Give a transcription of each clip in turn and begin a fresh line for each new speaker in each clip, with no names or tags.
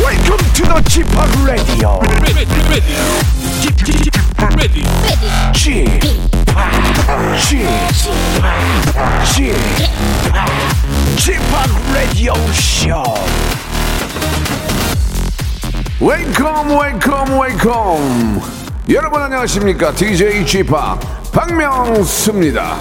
Welcome to the g p o p Radio.
ready, ready, Get, get, get ready.
g p o p g p o p g p o p Radio Show.
웨이컴 웨이컴 웨이컴 여러분 안녕하십니까 DJ g p o p 박명수입니다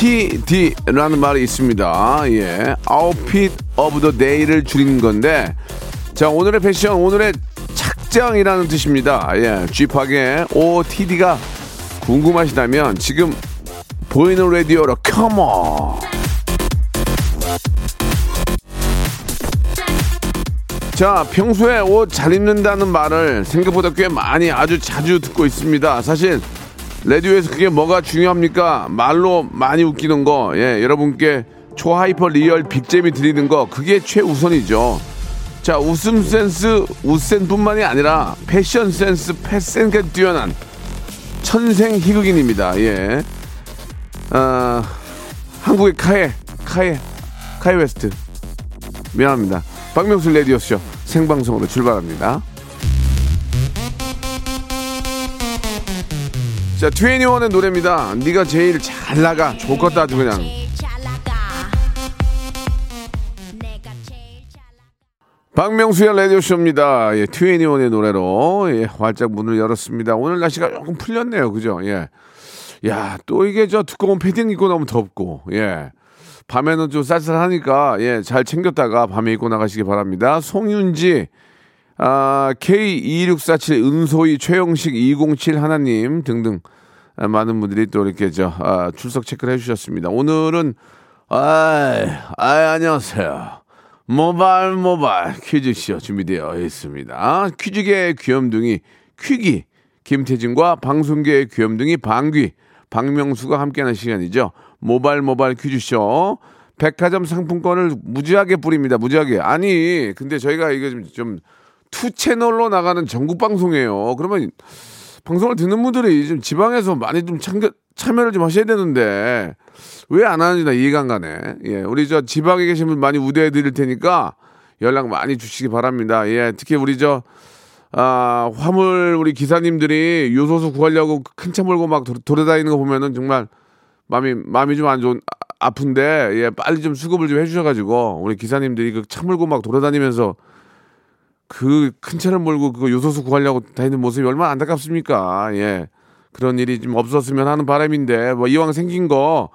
OOTD라는 말이 있습니다. 예. Outfit of the Day를 줄인 건데, 자, 오늘의 패션, 오늘의 착장이라는 뜻입니다. 예. 쥐팍의 OOTD가 궁금하시다면 지금 보이는 라디오로 컴온! 자, 평소에 옷 잘 입는다는 말을 생각보다 꽤 많이 아주 자주 듣고 있습니다. 사실 라디오에서 그게 뭐가 중요합니까? 말로 많이 웃기는 거, 예, 여러분께 초하이퍼 리얼 빅잼이 드리는 거, 그게 최우선이죠. 자, 웃음 센스, 웃센뿐만이 아니라 패션 센스, 패센까지 뛰어난 천생 희극인입니다. 예. 아, 한국의 카에, 카에, 카에 웨스트. 미안합니다. 박명수 레디오쇼 생방송으로 출발합니다. 자, 21의 노래입니다. 네가 제일 잘 나가. 좋겠다 아주 그냥. 박명수의 라디오쇼입니다. 예, 21의 노래로, 예, 활짝 문을 열었습니다. 오늘 날씨가 조금 풀렸네요. 그죠? 예. 야, 또 이게 저 두꺼운 패딩 입고 나면 덥고, 예. 밤에는 좀 쌀쌀하니까, 예, 잘 챙겼다가 밤에 입고 나가시기 바랍니다. 송윤지, 아, K2647, 은소희, 최영식, 207 하나님 등등 아, 많은 분들이 또 이렇게 저, 아, 출석 체크를 해주셨습니다. 오늘은, 아이, 아이, 안녕하세요. 모발 모발 퀴즈쇼 준비되어 있습니다. 퀴즈계의 귀염둥이 퀴기 김태진과 방송계의 귀염둥이 방귀 박명수가 함께하는 시간이죠. 모발 모발 퀴즈쇼 백화점 상품권을 무지하게 뿌립니다. 무지하게 아니 근데 저희가 이거 좀투 채널로 나가는 전국 방송이에요. 그러면 방송을 듣는 분들이 좀 지방에서 많이 좀 참여, 참여를 좀 하셔야 되는데 왜 안 하는지 나 이해가 안 가네. 예, 우리 저 지방에 계신 분 많이 우대해 드릴 테니까 연락 많이 주시기 바랍니다. 예, 특히 우리 저 아, 화물 우리 기사님들이 요소수 구하려고 큰 차 몰고 막 돌- 돌아다니는 거 보면은 정말 마음이 마음이 좀 안 좋은 아- 아픈데 예, 빨리 좀 수급을 좀 해주셔가지고 우리 기사님들이 그 차 몰고 막 돌아다니면서 그 큰 차를 몰고 그 요소수 구하려고 다니는 모습이 얼마나 안타깝습니까? 예. 그런 일이 좀 없었으면 하는 바람인데 뭐 이왕 생긴 거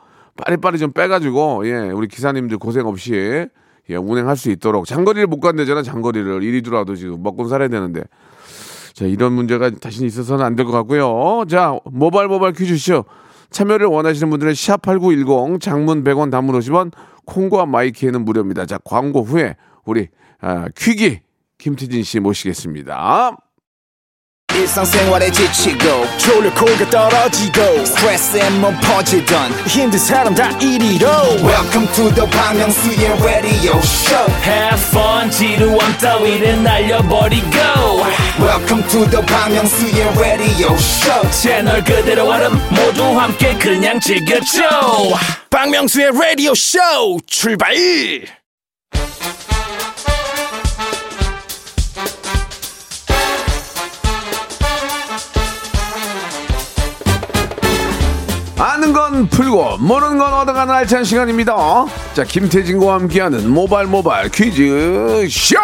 빨리빨리 좀 빼가지고 예 우리 기사님들 고생 없이 예 운행할 수 있도록 장거리를 못 간대잖아 장거리를 이리더라도 지금 먹고 살아야 되는데 자 이런 문제가 다시 있어서는 안 될 것 같고요 자 모발 모발 퀴즈쇼 참여를 원하시는 분들은 샵8910 장문 100원 단문 50원 콩과 마이키에는 무료입니다 자 광고 후에 우리 아, 퀴기 김태진 씨 모시겠습니다.
일상생활에 지치고, 졸려 코가 떨어지고, 스트레스에 몸 퍼지던, 힘든 사람 다 이리로. welcome to the Bang Myung-soo's radio show
Have fun 지루함 따위를 날려버리고
welcome to the Bang Myung-soo's radio show
채널 그대로 얼음 모두 함께 그냥 즐겨줘
박명수의 라디오 쇼 출발!
아는 건 풀고 모르는 건 얻어가는 알찬 시간입니다. 자 김태진과 함께하는 모발 모발 퀴즈 쇼.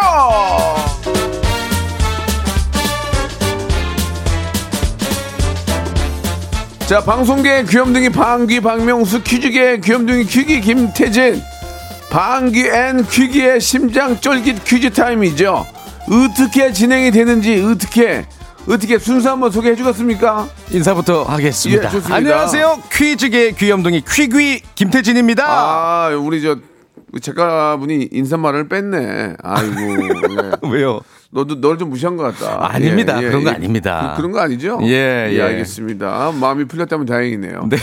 자 방송계 귀염둥이 방귀 박명수 퀴즈계 귀염둥이 퀴기 김태진 방귀 앤 퀴기의 심장 쫄깃 퀴즈 타임이죠. 어떻게 진행이 되는지 어떻게 어떻게 순서 한번 소개해 주겠습니까?
인사부터 하겠습니다.
예, 좋습니다.
안녕하세요. 퀴즈계 귀염둥이 퀴귀 김태진입니다.
아, 우리 저 작가분이 인사말을 뺐네. 아이고. 예.
왜요?
너도 널 좀 무시한 것 같다. 예,
아닙니다. 그런 거 아닙니다.
그, 런거 아니죠?
예, 예.
알겠습니다. 아, 마음이 풀렸다면 다행이네요.
네.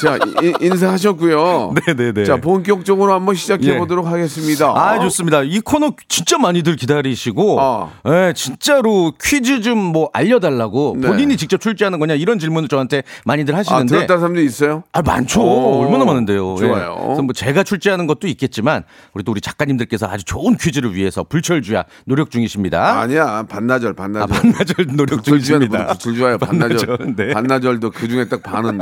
자, 이- 인사하셨고요.
네, 네, 네.
자, 본격적으로 한번 시작해 보도록 하겠습니다.
아 좋습니다. 이 코너 진짜 많이들 기다리시고,
어.
예, 진짜로 퀴즈 좀 뭐 알려달라고
네.
본인이 직접 출제하는 거냐 이런 질문을 저한테 많이들
아,
하시는데,
들었다는 사람도 있어요?
아, 많죠.
오,
얼마나 많은데요. 예.
좋아요.
그래서 뭐 제가 출제하는 것도 있겠지만 우리 또 우리 작가님들께서 아주 좋은 퀴즈를 위해서 불철주야 노력 중이십니다.
아니야, 반나절, 반나절. 그
아, 반나절 노력 중이십니다.
불주야 반나절.
반나절, 네.
반나절도 그 중에 딱 반은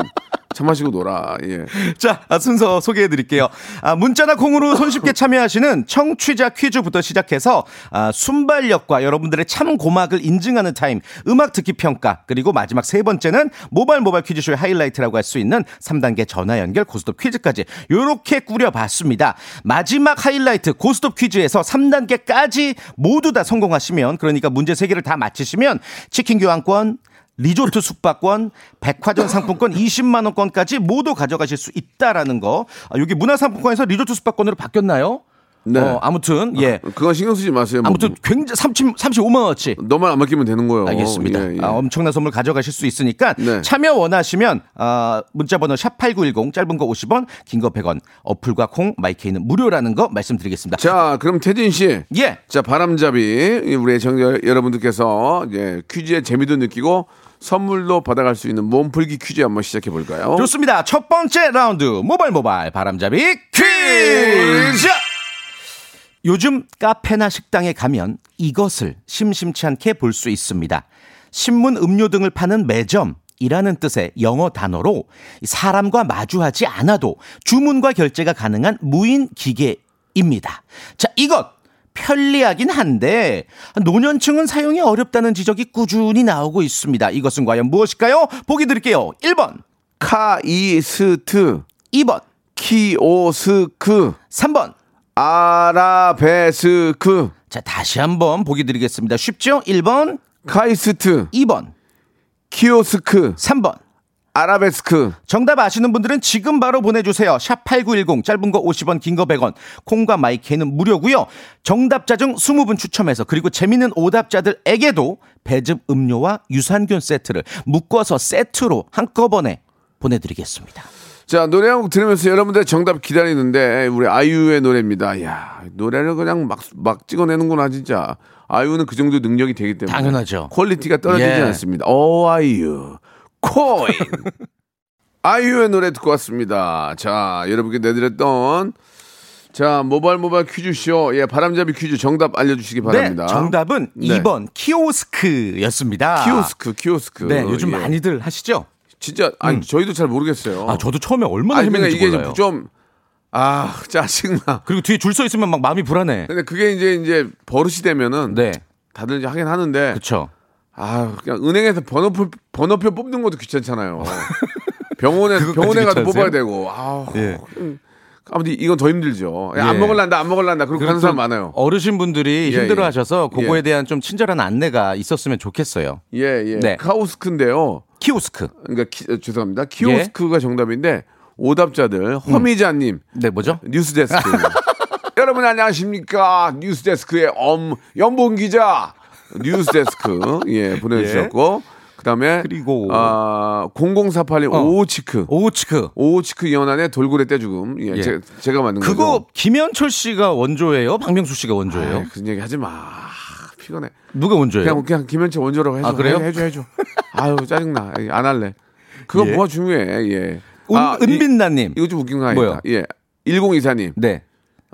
차 마시고 놀아. 예.
자, 아, 순서 소개해 드릴게요. 아, 문자나 콩으로 손쉽게 참여하시는 청취자 퀴즈부터 시작해서 아, 순발력과 여러분들의 참 고막을 인증하는 타임, 음악 듣기 평가, 그리고 마지막 세 번째는 모발 모발 퀴즈쇼의 하이라이트라고 할 수 있는 3단계 전화 연결 고스톱 퀴즈까지 요렇게 꾸려봤습니다. 마지막 하이라이트 고스톱 퀴즈에서 3단계까지 모두 다 성공하시면 그러니까 문제 세개를다 맞히시면 치킨 교환권 리조트 숙박권, 백화점 상품권 20만 원권까지 모두 가져가실 수 있다라는 거. 아, 여기 문화상품권에서 리조트 숙박권으로 바뀌었나요?
네.
어, 아무튼 예.
그건 신경 쓰지 마세요. 뭐,
아무튼 굉장히 30, 35만 원어치.
너만 안 맡기면 되는 거예요.
알겠습니다.
예, 예.
아, 엄청난 선물 가져가실 수 있으니까
네.
참여 원하시면 아, 문자번호 샵 #8910 짧은 거 50원, 긴 거 100원. 어플과 콩 마이케이는 무료라는 거 말씀드리겠습니다.
자, 그럼 태진 씨.
예.
자, 바람잡이 우리 청자 여러분들께서 예, 퀴즈의 재미도 느끼고 선물도 받아갈 수 있는 몸풀기 퀴즈 한번 시작해 볼까요?
좋습니다. 첫 번째 라운드 모발 모발 바람잡이 퀴즈. 요즘 카페나 식당에 가면 이것을 심심치 않게 볼 수 있습니다. 신문 음료 등을 파는 매점이라는 뜻의 영어 단어로 사람과 마주하지 않아도 주문과 결제가 가능한 무인 기계입니다. 자, 이것 편리하긴 한데 노년층은 사용이 어렵다는 지적이 꾸준히 나오고 있습니다. 이것은 과연 무엇일까요? 보기 드릴게요. 1번
카이스트,
2번,
키오스크,
3번.
아라베스크,
자, 다시 한번 보기 드리겠습니다. 쉽죠? 1번,
카이스트,
2번,
키오스크,
3번.
아라베스크.
정답 아시는 분들은 지금 바로 보내주세요. 샵8910, 짧은 거 50원, 긴 거 100원, 콩과 마이케는 무료고요 정답자 중 20분 추첨해서, 그리고 재밌는 오답자들에게도 배즙 음료와 유산균 세트를 묶어서 세트로 한꺼번에 보내드리겠습니다.
자 노래 한 곡 들으면서 여러분들의 정답 기다리는데 우리 아이유의 노래입니다. 야 노래를 그냥 막 막 찍어내는구나 진짜. 아이유는 그 정도 능력이 되기 때문에
당연하죠.
퀄리티가 떨어지지
예.
않습니다. 오 아이유 코인 아이유의 노래 듣고 왔습니다. 자 여러분께 내드렸던 자 모발 모발 퀴즈쇼 예 바람잡이 퀴즈 정답 알려주시기 바랍니다.
네, 정답은
네.
2번, 키오스크였습니다.
키오스크 키오스크
네, 요즘
예.
많이들 하시죠?
진짜 아니 저희도 잘 모르겠어요.
아, 저도 처음에 얼마나
아니 그러니까
힘든지
이게
몰라요.
좀아 짜증나.
그리고 뒤에 줄 서 있으면 막 마음이 불안해.
근데 그게 이제 이제 버릇이 되면은
네.
다들 이제 하긴 하는데
그렇죠.
아 그냥 은행에서 번호표 번호표 뽑는 것도 귀찮잖아요. 병원에
그것까지
병원에 가서
귀찮으세요?
뽑아야 되고 아
예.
아무튼 이건 더 힘들죠. 야, 안
예.
먹을란다 안 먹을란다 그렇게 하는 사람 많아요.
어르신 분들이
예,
힘들어 하셔서
예.
그거에 대한 좀 친절한 안내가 있었으면 좋겠어요.
예예
네.
카오스크인데요.
키오스크.
그러니까 키, 어, 죄송합니다
예.
키오스크가 정답인데
음.
오답자들 허미자님
네, 뭐죠?
뉴스데스크 여러분 안녕하십니까 뉴스데스크의 엄 연봉 기자 뉴스데스크 예 보내주셨고 그다음에
그리고-
아 0048님
어.
오치크
오츠크.
오치크 연안의 돌고래 떼죽음 예,
예.
제, 제가 만든
그거
거죠.
김현철 씨가 원조예요? 박명수 씨가 원조예요?
아이, 그런 얘기 하지 마 피곤해
누가 원조예요?
그냥 그냥 김현철 원조라고 해줘
아, 그래요?
해, 해줘 해줘 아유 짜증나 아이, 안 할래 그거 뭐가 중요해 예
음, 은,
아, 이-
은빈나 님.
이거 좀 웃긴 거
뭐요?
아니다 예 1024님
네.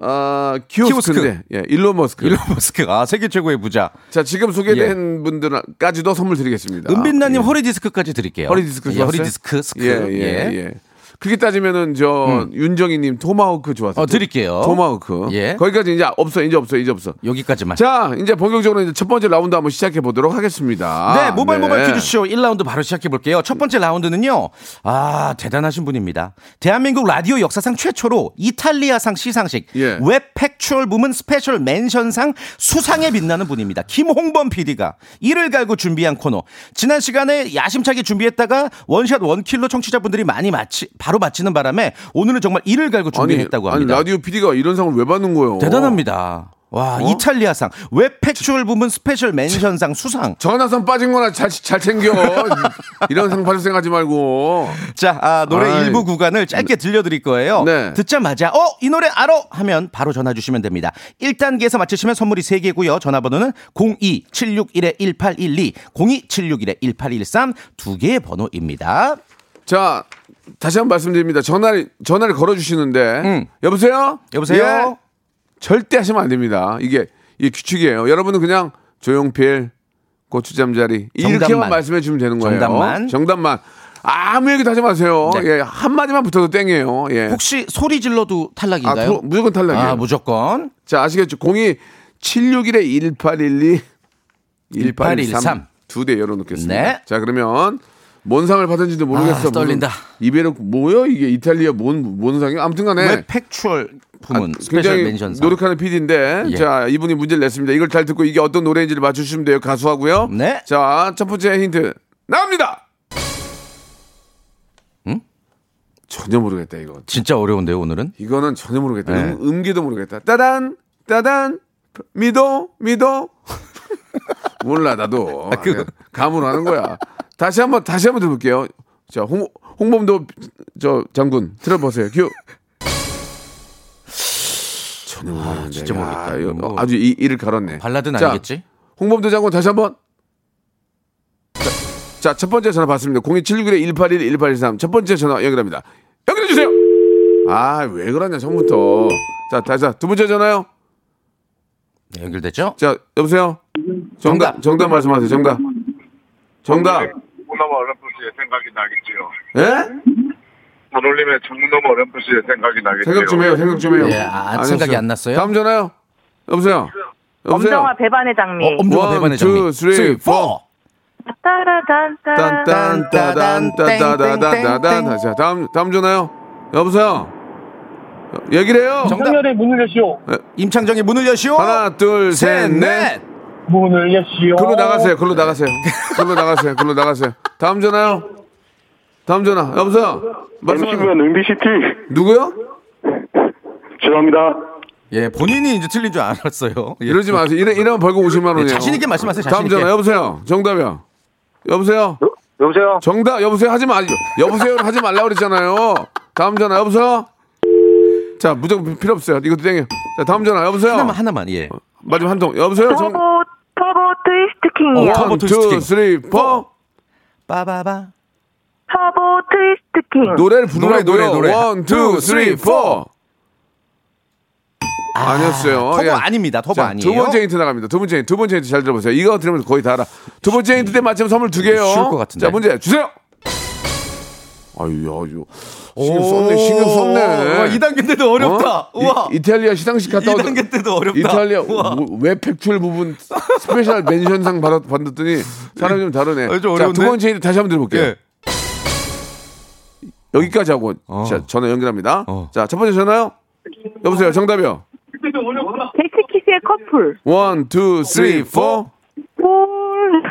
아 키오스크인데 예 일론 머스크
일론 머스크. 아, 세계 최고의 부자.
자 지금 소개된 분들까지도 선물 드리겠습니다.
예. 은빈나 님
예.
허리 디스크까지 드릴게요.
허리 디스크
예,
좋았어요?
허리 디스크 스크. 음.
예, 예, 예. 그렇게 따지면은 저 윤정희님 토마호크 좋았어요.
어, 드릴게요.
토마호크.
예.
거기까지 이제 없어, 이제 없어, 이제 없어.
여기까지만.
자 이제 본격적으로 이제 첫 번째 라운드 한번 시작해 보도록 하겠습니다.
네, 모바일 모바일 퀴즈쇼 1라운드 바로 시작해 볼게요. 첫 번째 라운드는요. 아, 대단하신 분입니다. 대한민국 라디오 역사상 최초로 이탈리아상 시상식
예.
웹 팩추얼 부문 스페셜 맨션상 수상에 빛나는 분입니다. 김홍범 PD가 이를 갈고 준비한 코너. 지난 시간에 야심차게 준비했다가 원샷 원킬로 청취자분들이 많이 마치 바로 마치는 바람에 오늘은 정말 이를 갈고
아니,
준비했다고
아니
합니다.
라디오 PD가 이런 상을 왜 받는 거예요?
대단합니다. 와
어?
이탈리아상 웹 패추얼 부문 스페셜 맨션상 수상.
전화선 빠진 거나 잘, 잘 챙겨. 이런 상 받을 생각하지 말고.
자 아, 노래
아이.
일부 구간을 짧게 들려드릴 거예요.
네.
듣자마자 어 이 노래 알아 하면 바로 전화 주시면 됩니다. 1단계에서 맞히시면 선물이 3개고요. 전화번호는 02761-1812, 02761-1813 두 개의 번호입니다.
자, 다시 한 번 말씀드립니다. 전화를, 전화를 걸어주시는데. 여보세요?
음. 여보세요?
예? 절대 하시면 안 됩니다. 이게, 이게 규칙이에요. 여러분은 그냥 조용필, 고추잠자리. 이렇게만
정답만.
말씀해 주면 되는 거예요.
정답만.
정답만. 아무 얘기도 하지 마세요.
네.
예, 한마디만 붙어도 땡이에요. 예.
혹시 소리 질러도
아,
탈락인가요?
프로- 무조건 탈락이에요.
아, 무조건.
자, 아시겠죠? 공이 761에 1812, 1813.
1813.
두 대 열어놓겠습니다.
네.
자, 그러면 뭔 상을 받은지도 모르겠어.
아, 떨린다.
이베로, 뭐요? 이게 이탈리아 뭔, 뭔 상이? 아무튼 간에.
웹 패추얼 부문 스페셜
예. 아, 굉장히
멘션상.
노력하는 PD인데,
예.
자, 이분이 문제를 냈습니다. 이걸 잘 듣고 이게 어떤 노래인지를 맞추시면 돼요. 가수하고요.
네.
자, 첫 번째 힌트. 나옵니다! 응? 전혀 모르겠다, 이거.
진짜 어려운데요, 오늘은?
이거는 전혀 모르겠다.
음? 네.
음, 음기도 모르겠다. 따단 따단 미도 미도 몰라
아,
나도 그냥 감으로 하는 거야. 다시 한번 다시 한번 들어볼게요. 자 홍, 홍범도 저 장군 들어보세요. 큐. 전혀 모르겠는데.
아, 진짜 모르겠다.
이거
이거. 뭐
아주 이, 이를 갈았네.
발라드는
자,
아니겠지?
홍범도 장군 다시 한번. 자 첫 번째 전화 받습니다. 02761에 181 1813. 첫 번째 전화 연결합니다. 연결해 주세요. 아 왜 그러냐 처음부터. 자 다시 자, 두 번째 전화요.
네, 연결됐죠?
자 여보세요. 정답
정답.
정답 말씀하세요. 정답. 정답.
네, 뭐 정문너머 어렴풋이의 생각이 나겠지요.
예?
전올림의 정문너머 어렴풋이의 생각이 나겠지요.
생각 좀 해요. 생각 좀 해요.
예, 아, 생각이
했어요.
안 났어요?
다음 전화요. 여보세요. 여보세요.
엄정화 배반의 장미.
어, 엄정화
One,
배반의
two,
장미.
three, four.
따라단따.
딴딴따단따다다다다다. 다시 자, 다음 다음 전화요. 여보세요. 얘기를 해요.
정답.
문을 여시오.
네.
임창정의 문을 여시오.
하나 둘
어, 셋,
셋넷
넷. 어.
문을 여시오.
글로 나가세요. 글로 나가세요. 글로 나가세요. 글로 나가세요. 다음 전화요. 다음 전화. 여보세요. 말씀하세요.
MBCT
누구요?
죄송합니다.
예, 본인이 이제 틀린 줄 알았어요. 예.
이러지 마세요. 이러, 이러면 벌금 50만 원이에요.
자신 있게 말씀하세요, 자신
다음
있게.
전화 여보세요. 정답이야. 여보세요.
여보세요.
정답 여보세요 하지 마. 여보세요 하지 말라 그랬잖아요. 다음 전화 여보세요. 자 무조건 필요 없어요. 이것도 땡겨. 자 다음 전화 여보세요.
하나만 하나만 예.
마지막 한 통 여보세요. 어,
터보 터보 트위스트 킹이요.
터보
원,
어, 트위스트
투,
킹.
쓰리, 포.
빠바바.
터보 트위스트 킹.
노래를 부르라고요.
노래, 노래, 노래.
원, 투, 쓰리, 포. 아니었어요.
터보
예.
아닙니다. 터보
자,
아니에요.
두 번째 힌트 나갑니다. 두 번째 힌트, 두 번째 힌트 잘 들어보세요. 이거 들으면 거의 다 알아. 두 번째 힌트 때 맞히면 선물 두 개요.
쉬울 것 같은데.
자, 문제 주세요. 아유, 아유. 신경 썼네, 신경 썼네.
와, 2단계인데도 어렵다.
어?
우와.
이, 이탈리아 시상식 갔다 오던
2단계 때도 어렵다.
이탈리아
우와.
뭐, 웹팩출 부분 스페셜 멘션상 받았, 받았더니 사람이 좀 다르네.
아, 좀
자,
어려운데?
두 번째 힌트 다시 한번 들어볼게요.
예.
여기까지 하고 자, 전화 연결합니다.
어.
자, 첫 번째 전화요. 여보세요. 정답이요.
데이트키스의 커플.
원, 투, 쓰리, 포.
볼.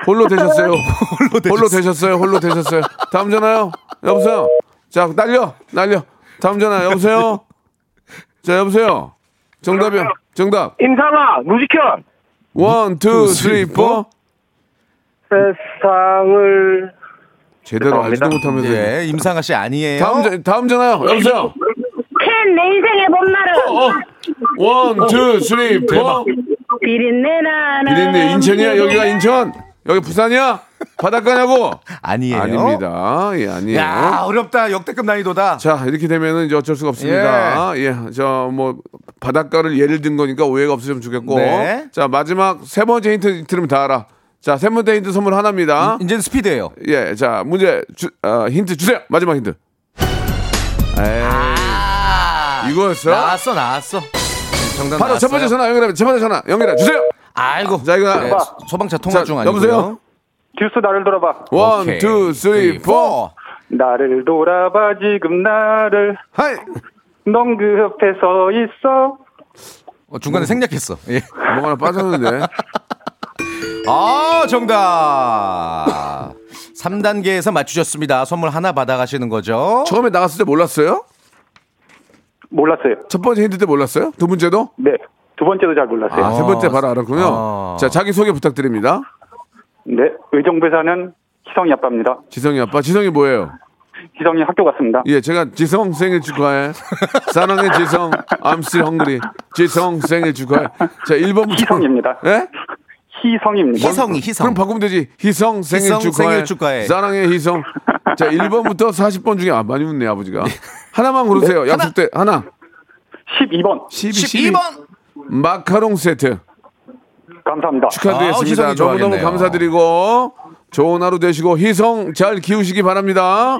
홀로 되셨어요. 홀로, 되셨어요. 홀로 되셨어요. 다음 전화요. 여보세요. 자, 날려. 날려. 다음 전화. 여보세요. 자, 여보세요. 정답이요. 정답.
임상아, 무지현.
원, 투, 쓰리, 포.
세상을
제대로 알지도 못하면서.
예, 임상아 씨 아니에요.
다음, 전- 다음 전화요. 여보세요.
캔내 인생의 봄날은
어, 원, 투, 쓰리, 포.
비린내
아,
나는.
이랬네. 어. 인천이야? 여기가 인천? 여기 부산이야? 바닷가냐고?
아니에요.
아닙니다. 예, 아니에요.
야, 어렵다. 역대급 난이도다.
자 이렇게 되면은 이제 어쩔 수가 없습니다. 예저 뭐 바닷가를 예를 든 거니까 오해가 없으시면 좋겠고
네.
자 마지막 세 번째 힌트 들으면 다 알아. 자 세 번째 힌트 선물 하나입니다.
이제는 스피드예요.
예 자 문제 주, 어, 힌트 주세요. 마지막 힌트.
아.
이거였어? 요
나왔어, 나왔어. 정답
바로 첫 번째 전화 연결해. 첫 번째 전화 연결해 주세요.
아이고.
자, 이거-
예, 소- 소방차 통화
자,
중 아니고요.
여보세요?
듀스 나를 돌아봐.
원, 투,
예,
쓰리, 포.
나를 돌아봐 지금 나를.
하이.
넌 그 옆에 서 있어.
어, 중간에 생략했어. 예.
뭐 하나 빠졌는데.
아, 정답. 3단계에서 맞추셨습니다. 선물 하나 받아가시는 거죠.
처음에 나갔을 때 몰랐어요?
몰랐어요.
첫 번째 힌트 때 몰랐어요? 두 문제도?
네. 두 번째도 잘 몰랐어요.
아, 세 번째 바로 알았군요.
아.
자, 자기 소개 부탁드립니다.
네, 의정부 사는 희성이 아빠입니다.
지성이 아빠, 지성이 뭐예요?
희성이 학교 갔습니다.
예, 제가 지성 생일 축하해. 사랑해 지성. I'm still hungry. 지성 생일 축하해. 자, 1번부터.
희성입니다.
예?
희성입니다.
희성이
그럼
희성.
바꾸면 되지. 희성 생일
희성
축하해.
생일 축하해.
사랑해 희성. 자, 1번부터 40번 중에 아, 많이 웃네 아버지가. 하나만 고르세요. 약속 때 하나.
12번
12,
네. 12번.
마카롱 세트
감사합니다.
아우,
축하드리겠습니다.
희성이
너무너무
좋아하겠네요.
감사드리고 좋은 하루 되시고 희성 잘 키우시기 바랍니다.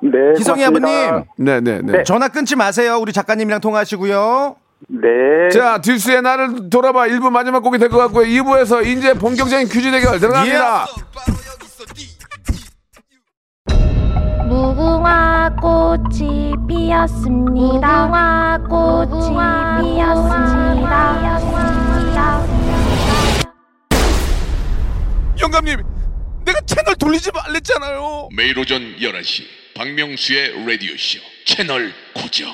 네,
희성이
고맙습니다.
아버님.
네, 네, 네.
전화 끊지 마세요. 우리 작가님이랑 통화하시고요.
네.
자, 듀스의 나를 돌아봐 1부 마지막 곡이 될 것 같고요. 2부에서 이제 본격적인 퀴즈 대결 들어갑니다.
무궁화 꽃이 피었습니다. 무궁화 꽃이 피었습니다.
영감님, 내가 채널 돌리지 말랬잖아요.
매일 오전 11시 박명수의 라디오쇼 채널 고정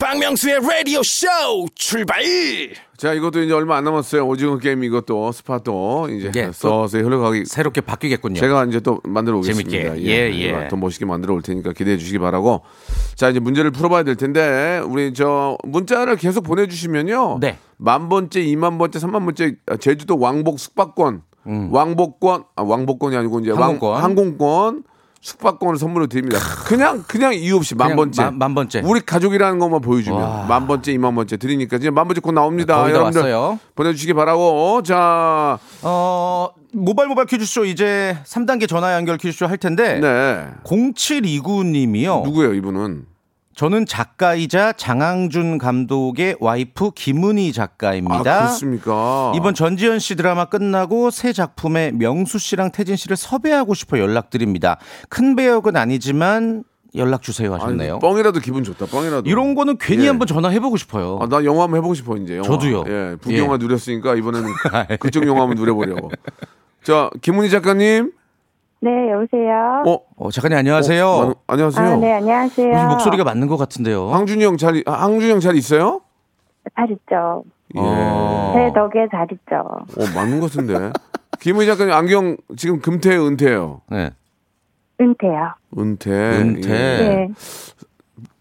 박명수의 라디오 쇼 출발.
자, 이것도 이제 얼마 안 남았어요. 오징어 게임 이것도 스파도 이제
예,
서서히 흘러가기
새롭게 바뀌겠군요.
제가 이제 또 만들어 오겠습니다. 아,
재밌게. 예, 예.
더 멋있게 만들어 올 테니까 기대해 주시기 바라고. 자, 이제 문제를 풀어봐야 될 텐데, 우리 저 문자를 계속 보내주시면요.
네.
만 번째, 이만 번째, 삼만 번째, 아, 제주도 왕복 숙박권, 왕복권, 아, 왕복권이 아니고 이제
음. 항공권.
왕, 항공권, 숙박권을 선물로 드립니다. 그냥, 그냥 이유 없이 만
그냥
번째.
만- 만 번째.
우리 가족이라는 것만 보여주면
네. 와. 네,
만 번째, 이만 번째 드리니까 이제 만 번째 곧 나옵니다.
거의 다
아, 여러분들
왔어요.
보내주시기 바라고. 자,
어, 모바일 모바일 퀴즈쇼 이제 3단계 전화 연결 퀴즈쇼 할 텐데
네.
0729님이요.
누구예요, 이분은?
저는 작가이자 장항준 감독의 와이프 김은희
아,
작가입니다.
그렇습니까?
이번 전지현 씨 드라마 끝나고 새 작품에 명수 씨랑 태진 씨를 섭외하고 싶어 연락드립니다. 큰 배역은 아니지만 연락 주세요
아니,
하셨네요.
뻥이라도 기분 좋다. 뻥이라도.
이런 거는 괜히
예.
한번 전화해보고 싶어요.
아, 나 영화 한번 해보고 싶어 이제. 영화.
저도요. 아, 예.
예, 북영화 누렸으니까 이번에는 그쪽 영화 한번 누려보려고. 자, 김은희 작가님.
네, 여보세요.
어,
어, 작가님 안녕하세요.
어, 안- 안녕하세요. 어,
아, 네, 안녕하세요.
무슨 목소리가 맞는 것 같은데요.
황준이 형 잘, 아, 황준이 형 잘 있어요?
잘 있죠.
예.
어.
제 덕에 잘 있죠.
어, 맞는 것 같은데. 김은희 작가님 안경 지금 금태예요, 은퇴예요?
네.
은퇴요.
은퇴.
은퇴.
예.
네.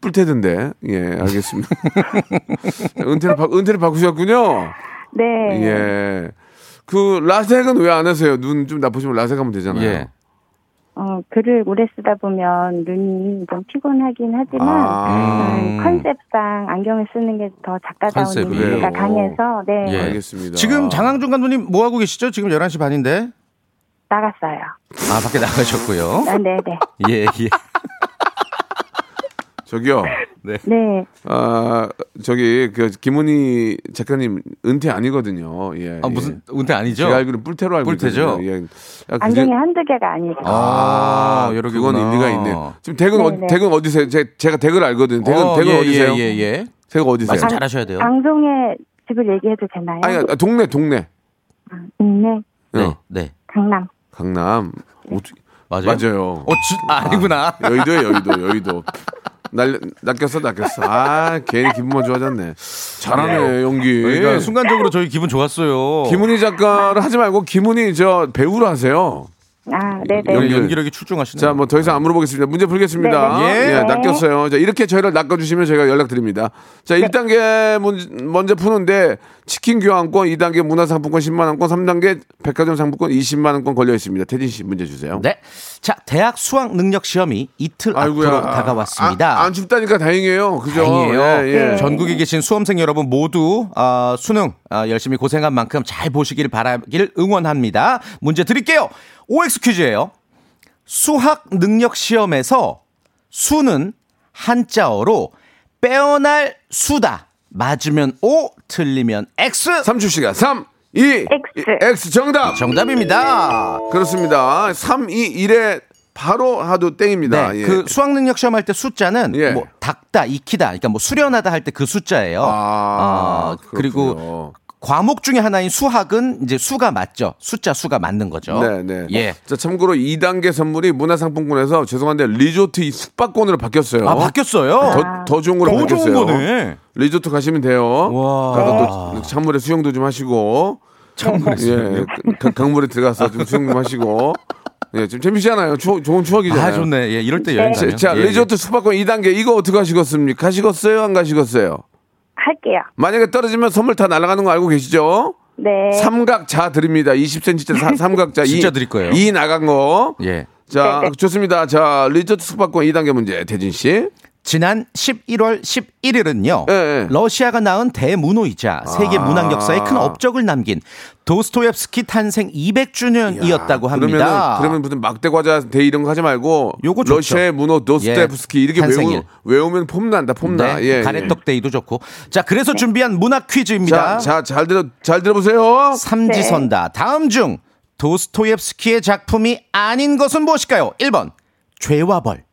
뿔테던데. 예, 알겠습니다. 은퇴를, 바, 은퇴를 바꾸셨군요.
네.
예. 그 라섹은 왜 안 하세요? 눈 좀 나쁘시면 라섹하면 되잖아요.
예.
어, 글을 오래 쓰다 보면 눈이 좀 피곤하긴 하지만
아.
음, 컨셉상 안경을 쓰는 게 더 작가다운
컨셉이요.
의미가 강해서 네
예.
알겠습니다.
지금 장항준 감독님 뭐 하고 계시죠? 지금 11시 반인데.
나갔어요.
아, 밖에 나가셨고요.
아, 네, 네,
예, 예.
저기요.
네.
아 저기 그 김은희 작가님 은퇴 아니거든요. 예.
아, 무슨 은퇴
예.
아니죠?
제가 알기로는 뿔테로 알고
뿔테죠?
있거든요. 예. 아, 그게-
안경이 한두 개가 아니죠.
아, 여러
그건
개구나.
의미가 있네요. 지금 댁은
네,
어,
네.
댁은 어디세요? 제, 제가 댁을 알거든요. 댁은
어,
댁은
예,
어디세요?
예, 예, 예.
댁은 어디세요?
말씀 잘 하셔야 돼요.
방송에 집을 얘기해도 되나요?
아니 아, 동네 동네.
음, 네,
네.
어,
네.
강남.
강남. 어떻게-
맞아요.
맞아요.
어, 주, 아, 아니구나.
여의도에 여의도 여의도. 날 낚였어 낚였어. 아 괜히 기분만 좋아졌네. 잘하네 연기.
그러니까 순간적으로 저희 기분 좋았어요.
김은희 작가를 하지 말고 김은희 저 배우로 하세요.
아, 네, 네.
연기-
연기, 연기력이 출중하시네요.
자, 뭐 더 이상 안 물어보겠습니다. 문제 풀겠습니다.
네, 네.
예,
네.
낚였어요. 자, 이렇게 저희를 낚아주시면 저희가 연락드립니다. 자, 1단계 문, 먼저 푸는데 치킨 교환권, 2단계 문화상품권 10만원권, 3단계 백화점 상품권 20만원권 걸려 있습니다. 태진 씨 문제 주세요.
네. 자, 대학 수학 능력 시험이 이틀 앞으로 다가왔습니다.
아, 안 춥다니까 다행이에요. 그죠?
다행이에요. 네.
예, 예.
전국에 계신 수험생 여러분 모두 아, 수능 아, 열심히 고생한 만큼 잘 보시길 바라길 응원합니다. 문제 드릴게요. OX 퀴즈예요. 수학 능력 시험에서 수는 한자어로 빼어날 수다. 맞으면 O, 틀리면 X.
삼촌 씨가 3, 2,
X.
X 정답.
정답입니다.
그렇습니다. 3, 2, 1에 바로 하도 땡입니다.
네,
예.
그 수학 능력 시험할 때 숫자는
예.
뭐 닦다, 익히다, 그러니까 뭐 수련하다 할 때 그 숫자예요.
아,
아, 그리고
그렇군요.
과목 중에 하나인 수학은 이제 수가 맞죠. 숫자 수가 맞는 거죠.
네, 네.
예.
자, 참고로 2단계 선물이 문화상품권에서 죄송한데 리조트 이 숙박권으로 바뀌었어요.
아, 바뀌었어요?
더, 더 좋은 걸로
더 좋은
바뀌었어요.
거네. 아,
리조트 가시면 돼요. 가서 또그 찬물에 수영도 좀 하시고.
찬물에
예, 강- 강물에 들어가서 좀 수영 좀 하시고. 예, 좀 재밌잖아요. 추- 좋은 추억이잖아요.
아, 좋네. 예, 이럴 때 여행
자,
가요.
자,
예, 예.
리조트 숙박권 2단계 이거 어떻게 하시겠습니까? 가시겠어요? 안 가시겠어요?
할게요.
만약에 떨어지면 선물 다 날아가는 거 알고 계시죠?
네.
삼각자 드립니다. 20cm짜리 사- 삼각자.
진짜
이-
드릴 거예요.
이 나간 거.
예.
자,
네네.
좋습니다. 자, 리조트 숙박권 2단계 문제, 대진 씨.
지난 11월 11일은요.
예, 아. 예.
러시아가 낳은 대문호이자 세계 문학 역사에 큰 업적을 남긴 도스토옙스키 탄생 200주년이었다고 합니다.
그러면 그러면 무슨 막대 과자 대 이런 거 하지 말고
요거 좋죠.
러시아의 문호 노스테프스키
예,
이렇게
탄생일.
외우, 외우면 폼난다, 폼나.
네,
예.
가래떡 데이도 좋고. 자, 그래서
네.
준비한 문학
예. 자,
퀴즈입니다.
자, 잘 들어 잘 들어 보세요.
네.
삼지선다. 다음 중 도스토옙스키의 작품이 아닌 것은 무엇일까요? 1번 죄와 벌,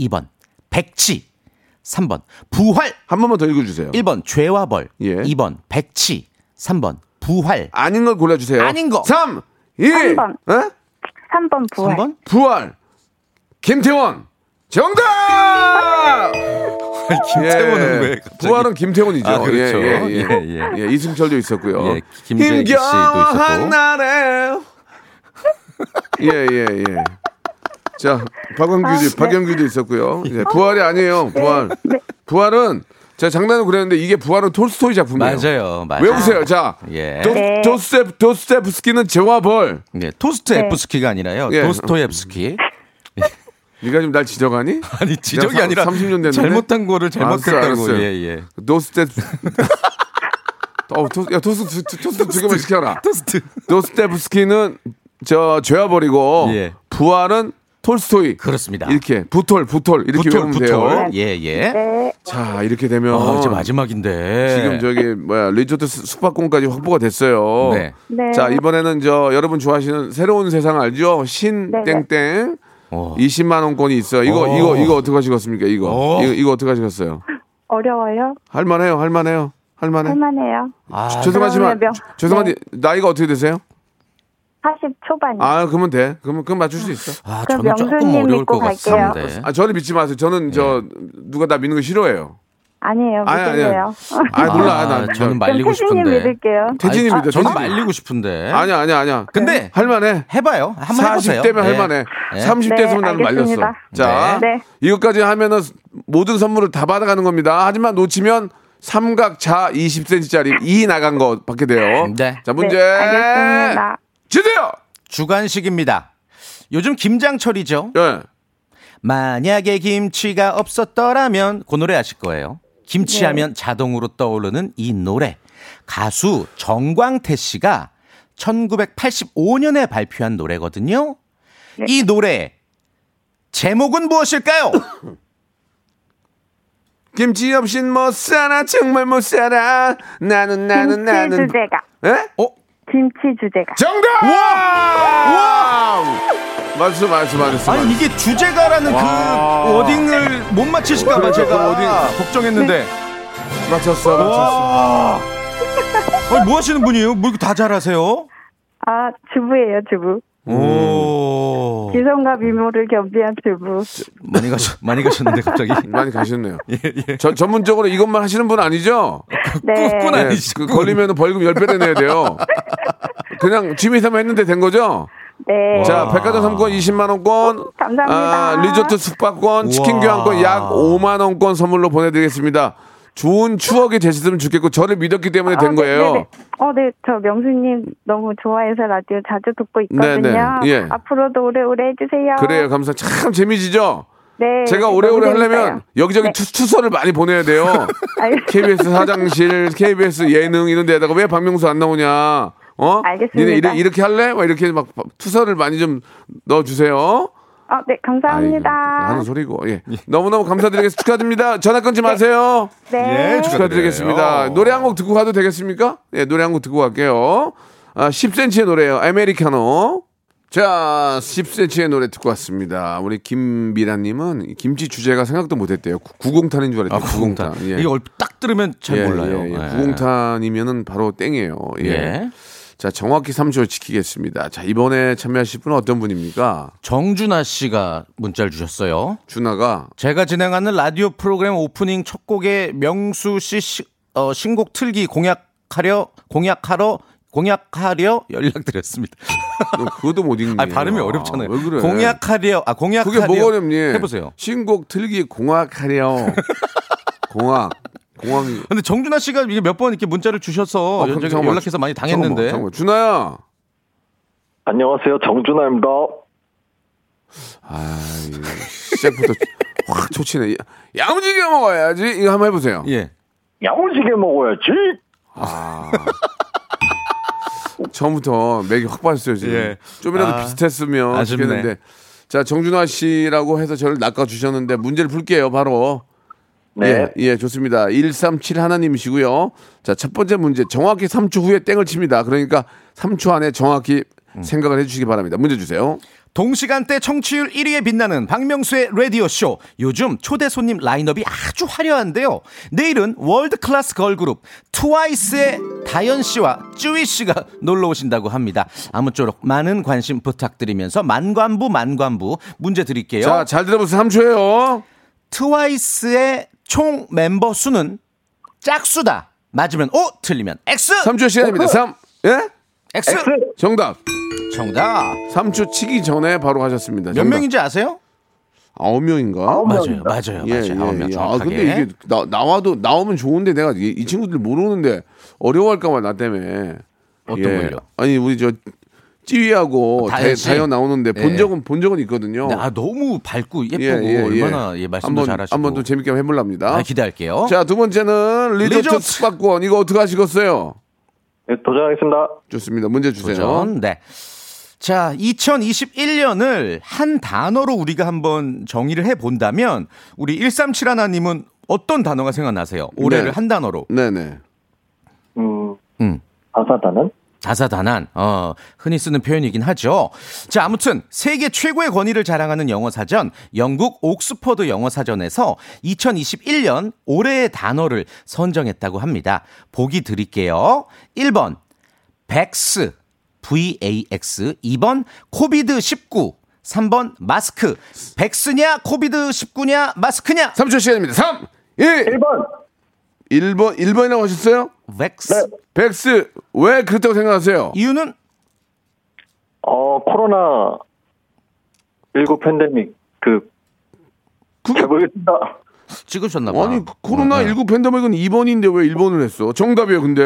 2번 백치, 3번 부활.
한 번만 더 읽어 주세요.
1번 죄와 벌,
예.
2번 백치, 3번 부활.
아닌 걸 골라 주세요. 예?
아닌 거.
3 2
삼 번. 3번 부활.
3번?
부활. 김태원. 정답!
김태원은 왜 갑자기?
예. 부활은 김태원이죠.
아, 그렇죠.
예, 예, 예.
예, 예.
예, 이승철도 있었고요.
예, 김재기 씨도
힘겨워한
있었고.
날에. 예, 예, 예. 자, 박영규도, 박영규도 있었고요. 예, 부활이 아니에요. 부활. 부활은 제가 장난을 그랬는데 이게 부활은 톨스토이 작품이에요.
맞아요. 맞아요.
외우세요. 자,
예.
도,
네.
도스테, 도스테프스키는 죄와 벌.
네, 토스트옙스키가 아니라요.
예.
도스토옙스키.
네가 지금 날 지적하니?
아니 지적이
야,
아니라
30년 됐는데?
잘못한 거를 잘못했다고.
알았어요.
예, 예.
노스테 어, 토, 야, 토스, 트 토스 두 개만 시켜라.
토스트.
노스테프스키는 저 죄와 버리고
예.
부활은 톨스토이.
그렇습니다.
이렇게 부톨 부톨 이렇게
부톨
외우면 돼요.
네.
부톨. 예, 예.
자 이렇게 되면
아, 예. 이제 마지막인데.
지금 저기 뭐야 리조트 수- 숙박권까지 확보가 됐어요.
네.
네.
자 이번에는 저 여러분 좋아하시는 새로운 세상 알죠? 신
네, 네.
땡땡
어.
20만 원권이 있어. 요 이거
어.
이거 이거 어떻게 하시겠습니까? 이거
어.
이거, 이거 어떻게 하시겠어요?
어려워요.
할만해요, 할만해요, 할만해.
할만해요.
아,
죄송하지만
그러면 명- 네.
죄송한데 나이가 어떻게 되세요?
40 초반이요.
아 그러면 돼. 그러면 그럼 맞출 수 있어.
아,
그럼
저는 조금
명수님
어려울
믿고
것
갈게요.
같은데.
아 저를 믿지 마세요. 저는 저
네.
누가 나 믿는 거 싫어해요.
아니에요.
아니, 아니,
믿으세요.
아 몰라, 나 저- 아,
저는 말리고
그럼 태진님
싶은데.
믿을게요.
태진이 믿어.
저는
태진이
말리고 싶은데.
아니야, 아니야, 아니야.
근데
할만해.
해봐요. 그- 한번 해보세요.
40대면
네.
할만해.
네.
30대에서
네,
나는 말렸어.
알겠습니다.
자,
네.
이것까지 하면은 모든 선물을 다 받아가는 겁니다. 하지만 놓치면 삼각자 20cm짜리 이 나간 거 받게 돼요.
네.
자,
네,
문제
알겠습니다.
주세요.
주간식입니다. 요즘 김장철이죠.
예.
만약에 김치가 없었더라면 그 노래 아실 거예요. 김치하면 자동으로 떠오르는 이 노래. 가수 정광태 씨가 1985년에 발표한 노래거든요. 이 노래 제목은 무엇일까요?
김치 없인 못 살아 정말 못 살아 나는 나는
김치
나는
주제가.
예?
어?
김치 주제가.
정답! 와! 맞았어 맞았어 맞았어
아니 이게 주제가라는
와.
그 워딩을 못 맞히실까봐
그러니까
제가
그 워딩.
걱정했는데
맞췄어 맞췄어
와. 아니 뭐 하시는 분이에요? 뭐 이렇게 다 잘하세요?
아, 주부예요, 주부.
어.
오
기성과 미모를 겸비한 주부.
많이 가셨 많이 가셨는데 갑자기
많이 가셨네요
예,
저, 전문적으로 이것만 하시는 분 아니죠?
네.
꿈꾸나.
예, 그
아니시죠.
걸리면 벌금 10배를 내야 돼요 그냥 취미 삼아 했는데 된 거죠?
네.
자 백화점 상권 20만 원권
어,
아,
감사합니다.
리조트 숙박권 치킨
우와.
교환권 약 5만 원권 선물로 보내드리겠습니다 좋은 추억이 되셨으면 좋겠고 저를 믿었기 때문에
아,
된
네,
거예요
네, 네. 어, 네, 저 명수님 너무 좋아해서 라디오 자주 듣고
네,
있거든요.
네, 예.
앞으로도 오래오래 해주세요.
그래요, 감사. 참 재미지죠.
네.
제가
너무
오래오래
재밌어요. 네.
하려면 여기저기 투, 투서를 많이 보내야 돼요.
알-
KBS 사장실, KBS 예능 이런 데다가 왜 박명수 안 나오냐? 어?
알겠습니다.
니네 이래, 이렇게 할래? 막 이렇게 막 투서를 많이 좀 넣어주세요.
어, 네,
아이고,
감사합니다.
하는 소리고. 예. 너무너무 감사드리겠습니다. 축하드립니다. 전화 끊지 마세요.
네.
예,
축하드리겠습니다.
축하드려요.
노래 한 곡 듣고 가도 되겠습니까? 예, 노래 한 곡 듣고 갈게요. 아, 10cm의 노래예요. 아메리카노. 자, 10cm의 노래 듣고 왔습니다. 우리 김미라님은 김치 주제가 생각도 못했대요. 구- 구공탄인 줄 알았대요.
아, 구공탄.
예.
이게 얼- 딱 딱 들으면 잘
예,
몰라요.
예, 예.
예.
구공탄이면은 바로 땡이에요. 예.
예.
자, 정확히 3초 지키겠습니다. 자, 이번에 참여하실 분은 어떤 분입니까?
정준하 씨가 문자를 주셨어요.
준하가
제가 진행하는 라디오 프로그램 오프닝 첫 곡에 명수 씨 시- 어, 신곡 틀기 공약하려 공약하러 공약하려 연락드렸습니다.
너 그것도 못 읽네.
아 발음이 어렵잖아요.
아, 왜 그래?
공약하려 아 공약하려
그게 뭐가 어렵니?
해보세요.
신곡 틀기 공학하려. 공학. 공학.
근데 정준하 씨가 이게 몇 번 이렇게 문자를
아, 그럼
주셔서 어,
뭐,
연락-
잠깐만.
연락해서 많이 당했는데
잠깐만, 잠깐만. 준하야.
안녕하세요, 정준하입니다.
아, 이 시작부터 확 초치네. 야무지게 먹어야지. 이거 한번 해보세요.
예.
야무지게 먹어야지.
아. 처음부터 맥이 확 빠졌어요 지금.
예.
좀이라도
아,
비슷했으면
아쉽네.
좋겠는데. 자 정준하 씨라고 해서 저를 낚아주셨는데 문제를 풀게요 바로.
네.
예, 예, 좋습니다. 137 하나님이시고요. 자, 첫 번째 문제. 정확히 3초 후에 땡을 칩니다. 그러니까 3초 안에 정확히
음.
생각을 해주시기 바랍니다. 문제 주세요.
동시간대 청취율 1위에 빛나는 박명수의 라디오쇼. 요즘 초대 손님 라인업이 아주 화려한데요. 내일은 월드클래스 걸그룹 트와이스의 다현 씨와 쯔위 씨가 놀러 오신다고 합니다. 아무쪼록 많은 관심 부탁드리면서 만관부 만관부 문제 드릴게요.
자, 잘 들어보세요. 3초예요.
트와이스의 총 멤버 수는 짝수다. 맞으면 O, 틀리면 X.
3초 시간입니다. 3. 예?
X.
정답.
정답.
3초 치기 전에 바로 하셨습니다.
몇 명인지 아세요?
9명인가?
맞아요. 맞아요.
예,
맞아요. 아홉
예,
명
예. 아,
정확하게.
근데 이게 나, 나와도 나오면 좋은데 내가 이, 이 친구들 모르는데 어려워할까봐 나 때문에. 예.
어떤 걸요? 뭐
아니 우리 저 찌위하고
다현
다현,
씨?
다현 나오는데 본
예.
적은 본 적은 있거든요.
네, 아 너무 밝고 예쁘고 얼마나 예, 말씀도
한번,
잘하시고
한번 또 재밌게 한번 해보랍니다.
아, 기대할게요.
자, 두 번째는 리조트,
리조트.
숙박권. 이거 어떻게 하시겠어요?
네, 도전하겠습니다.
좋습니다. 문제 주세요.
도전. 네. 자, 2021년을 한 단어로 우리가 한번 정의를 해 본다면 우리 137 하나님은 어떤 단어가 생각나세요? 올해를
네.
한 단어로.
네네.
음,
음.
아사다는?
다사다난, 어, 흔히 쓰는 표현이긴 하죠. 자, 아무튼, 세계 최고의 권위를 자랑하는 영어 사전, 영국 옥스퍼드 영어 사전에서 2021년 올해의 단어를 선정했다고 합니다. 보기 드릴게요. 1번, 백스, VAX. 2번, 코비드19. 3번, 마스크. 백스냐, 코비드19냐, 마스크냐?
3초 시간입니다. 3, 2,
1번!
1번, 1번이라고 하셨어요?
백스.
네. 백스, 왜 그렇다고 생각하세요?
이유는
어, 코로나 19 팬데믹, 그,
그게-
잘 모르겠습니다.
찍으셨나봐. 어,
아니 그 코로나19
네.
팬데믹은 2번인데 왜 1번을 했어? 정답이에요 근데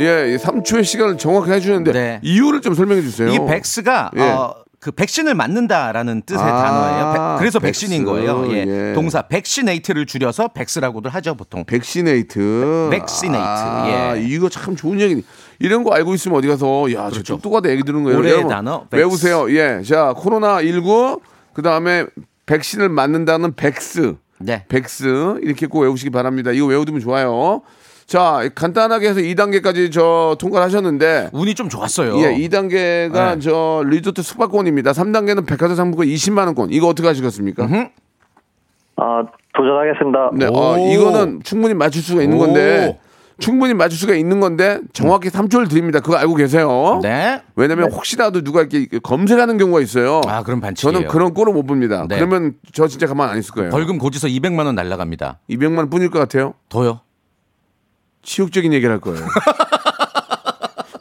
예.
예, 3초의 시간을 정확히 해주는데
네.
이유를 좀 설명해 주세요
이 백스가
예.
어, 그 백신을 맞는다라는 뜻의
아,
단어예요. 백- 그래서
백스.
백신인 거예요. 예.
예.
동사 백시네이트를 줄여서 백스라고들 하죠 보통.
백시네이트
백시네이트,
아,
예.
이거 참 좋은 얘기 이런 거 알고 있으면 어디 가서 야저
그렇죠.
똑똑하다 얘기 들은 거예요
올해의
여러분,
단어, 백스.
외우세요 예자 코로나19 그 다음에 백신을 맞는다는 백스
네.
백스 이렇게 꼭 외우시기 바랍니다 이거 외워두면 좋아요 자 간단하게 해서 2단계까지 저 통과를 하셨는데
운이 좀 좋았어요.
예, 2단계가
네.
저 리조트 숙박권입니다. 3단계는 백화점 상품권 20만 원권. 이거 어떻게 하시겠습니까?
아, 도전하겠습니다.
네, 어,
오.
이거는 충분히 맞출 수가 있는
오.
건데 충분히 맞출 수가 있는 건데 정확히 3초를 드립니다. 그거 알고 계세요?
네.
왜냐면 혹시라도 누가 이렇게 검색하는 경우가 있어요.
아, 그럼 반칙이에요.
저는 그런 꼴을 못 봅니다.
네.
그러면 저 진짜 가만 안 있을 거예요.
벌금 고지서 200만 원 날라갑니다.
200만 원 뿐일 것 같아요.
더요.
치욕적인 얘기를 할 거예요.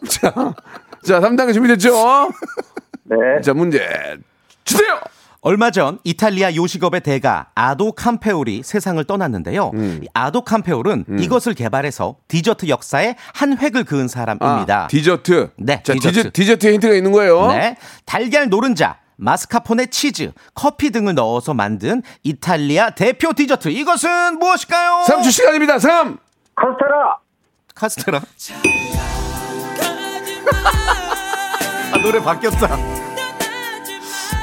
자, 자, 3단계 준비됐죠?
네.
자, 문제 주세요.
얼마 전 이탈리아 요식업의 대가 아도 캄페올이 세상을 떠났는데요.
음.
이 아도 캄페올은 이것을 개발해서 디저트 역사에 한 획을 그은 사람입니다.
아, 디저트.
네,
자,
디저트.
디저트. 디저트에 힌트가 있는 거예요.
네. 달걀 노른자, 마스카포네 치즈, 커피 등을 넣어서 만든 이탈리아 대표 디저트. 이것은 무엇일까요?
3초 시간입니다. 3.
카스테라!
카스테라. 아, 노래 바뀌었다.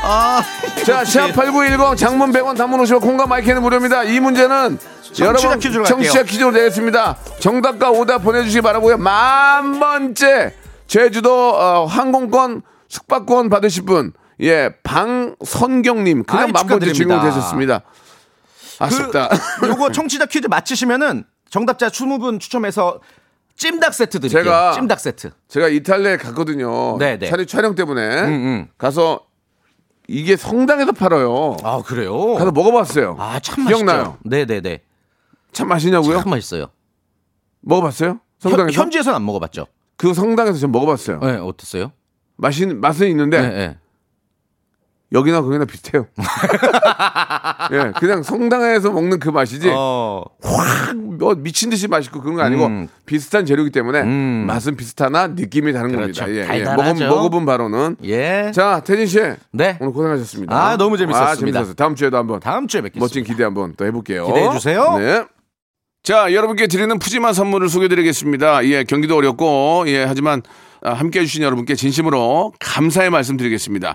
아,
자, 샵8910 장문 100원 단문 50원 콩과 마이크는 무료입니다. 이 문제는 여러분
퀴즈로 갈게요.
청취자 퀴즈로 내겠습니다. 정답과 오답 보내주시기 바라고요. 만 번째 제주도 어, 항공권 숙박권 받으실 분. 예, 방선경님. 그냥
아이,
만 번째
축하드립니다.
주인공 되셨습니다. 아쉽다.
그, 요거 청취자 퀴즈 맞히시면은 정답자 20분 추첨해서 찜닭 세트 드릴게요.
제가
찜닭 세트.
제가 이탈리아에 갔거든요.
네, 음. 네.
촬영, 촬영 때문에 가서 이게 성당에서 팔아요.
아 그래요?
가서 먹어봤어요.
아, 참
기억나요?
맛있죠. 네, 네, 네.
참 맛있냐고요?
참 맛있어요.
먹어봤어요? 성당에서?
현지에서는안 먹어봤죠.
그 성당에서 전 먹어봤어요.
네, 어땠어요?
맛은 맛은 있는데
네, 네.
여기나 거기나 비슷해요. 예, 그냥 성당에서 먹는 그 맛이지
어,
확 뭐 미친 듯이 맛있고 그런 거 아니고
음.
비슷한 재료이기 때문에 맛은 비슷하나 느낌이 다른
그렇죠.
겁니다. 예, 예. 먹어,
달달하죠.
먹어본 바로는
예.
자 태진 씨
네.
오늘 고생하셨습니다.
아, 너무 재밌었습니다.
아, 재밌었어요. 다음 주에도 한번
다음 주에 뵙겠습니다.
멋진 기대 한번 또 해볼게요.
기대해 주세요.
네. 자, 여러분께 드리는 푸짐한 선물을 소개드리겠습니다. 예, 경기도 어렵고, 예, 하지만 아, 함께 해주신 여러분께 진심으로 감사의 말씀 드리겠습니다.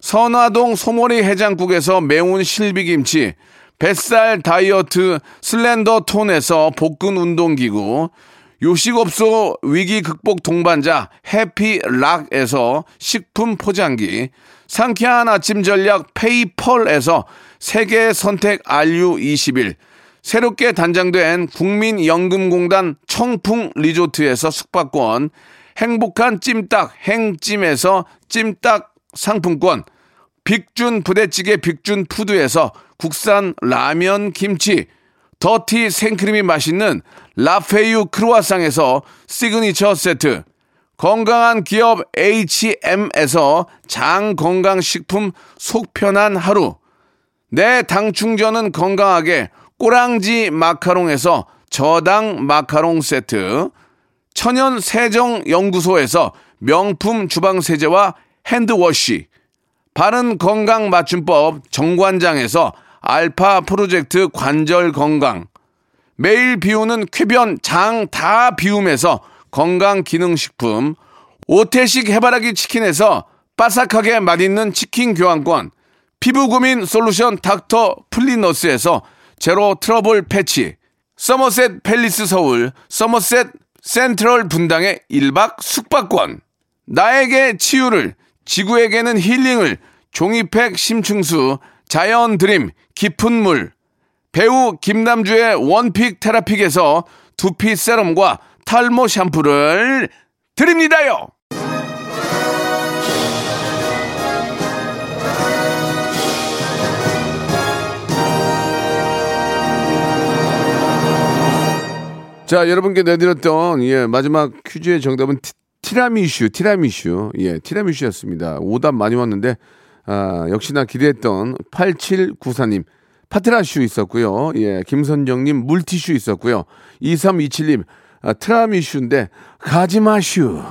선화동 소머리 해장국에서 매운 실비김치, 뱃살 다이어트 슬렌더 톤에서 복근 운동기구, 요식업소 위기 극복 동반자 해피락에서 식품 포장기, 상쾌한 아침 전략 페이펄에서 세계 선택 RU21, 새롭게 단장된 국민연금공단 청풍 리조트에서 숙박권, 행복한 찜닭 행찜에서 찜닭 상품권, 빅준 부대찌개 빅준 푸드에서 국산 라면 김치, 더티 생크림이 맛있는 라페유 크루아상에서 시그니처 세트, 건강한 기업 HM에서 장건강식품 속편한 하루, 내 당 충전은 건강하게 꼬랑지 마카롱에서 저당 마카롱 세트, 천연 세정 연구소에서 명품 주방 세제와 핸드워시, 바른 건강 맞춤법 정관장에서 알파 프로젝트 관절 건강, 매일 비우는 쾌변 장 다 비움에서 건강 기능 식품, 오테식 해바라기 치킨에서 바삭하게 맛있는 치킨 교환권, 피부 고민 솔루션 닥터 플리너스에서 제로 트러블 패치, 서머셋 팰리스 서울, 서머셋 센트럴 분당의 1박 숙박권. 나에게 치유를, 지구에게는 힐링을, 종이팩 심층수, 자연 드림, 깊은 물. 배우 김남주의 원픽 테라픽에서 두피 세럼과 탈모 샴푸를 드립니다요! 자, 여러분께 내드렸던 예, 마지막 퀴즈의 정답은 티, 티라미슈, 티라미슈. 예, 티라미슈였습니다. 오답 많이 왔는데 아, 역시나 기대했던 8794님 파트라슈 있었고요. 예, 김선정님 물티슈 있었고요. 2327님 아, 트라미슈인데 가지마슈.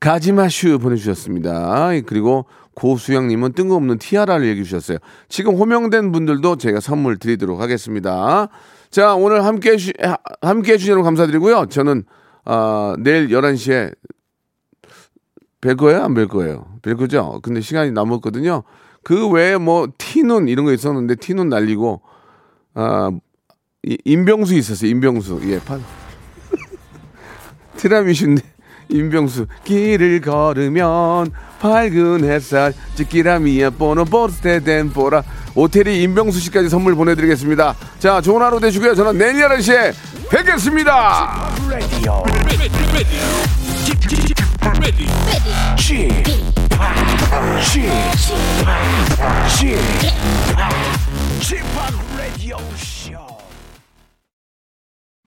가지마슈 보내주셨습니다. 예, 그리고 고수영님은 뜬금없는 티아라를 얘기해 주셨어요. 지금 호명된 분들도 제가 선물 드리도록 하겠습니다. 자, 오늘 함께, 해주, 함께 해주신 여러분 감사드리고요. 저는, 아, 내일 11시에 뵐 거예요? 안 뵐 거예요? 뵐 거죠? 근데 시간이 남았거든요. 그 외에 뭐, 티눈 이런 거 있었는데, 티눈 날리고, 아, 이- 임병수 있었어요, 임병수. 예, 판. 티라미슈인데 임병수 길을 걸으면 밝은 햇살 찌끼라미야 보노 보스테 덴포라 오테리 임병수 씨까지 선물 보내드리겠습니다 자 좋은 하루 되시고요 저는 내일 11시에 뵙겠습니다
radio. G-Pop, G-Pop, G-Pop, G-Pop Radio Show.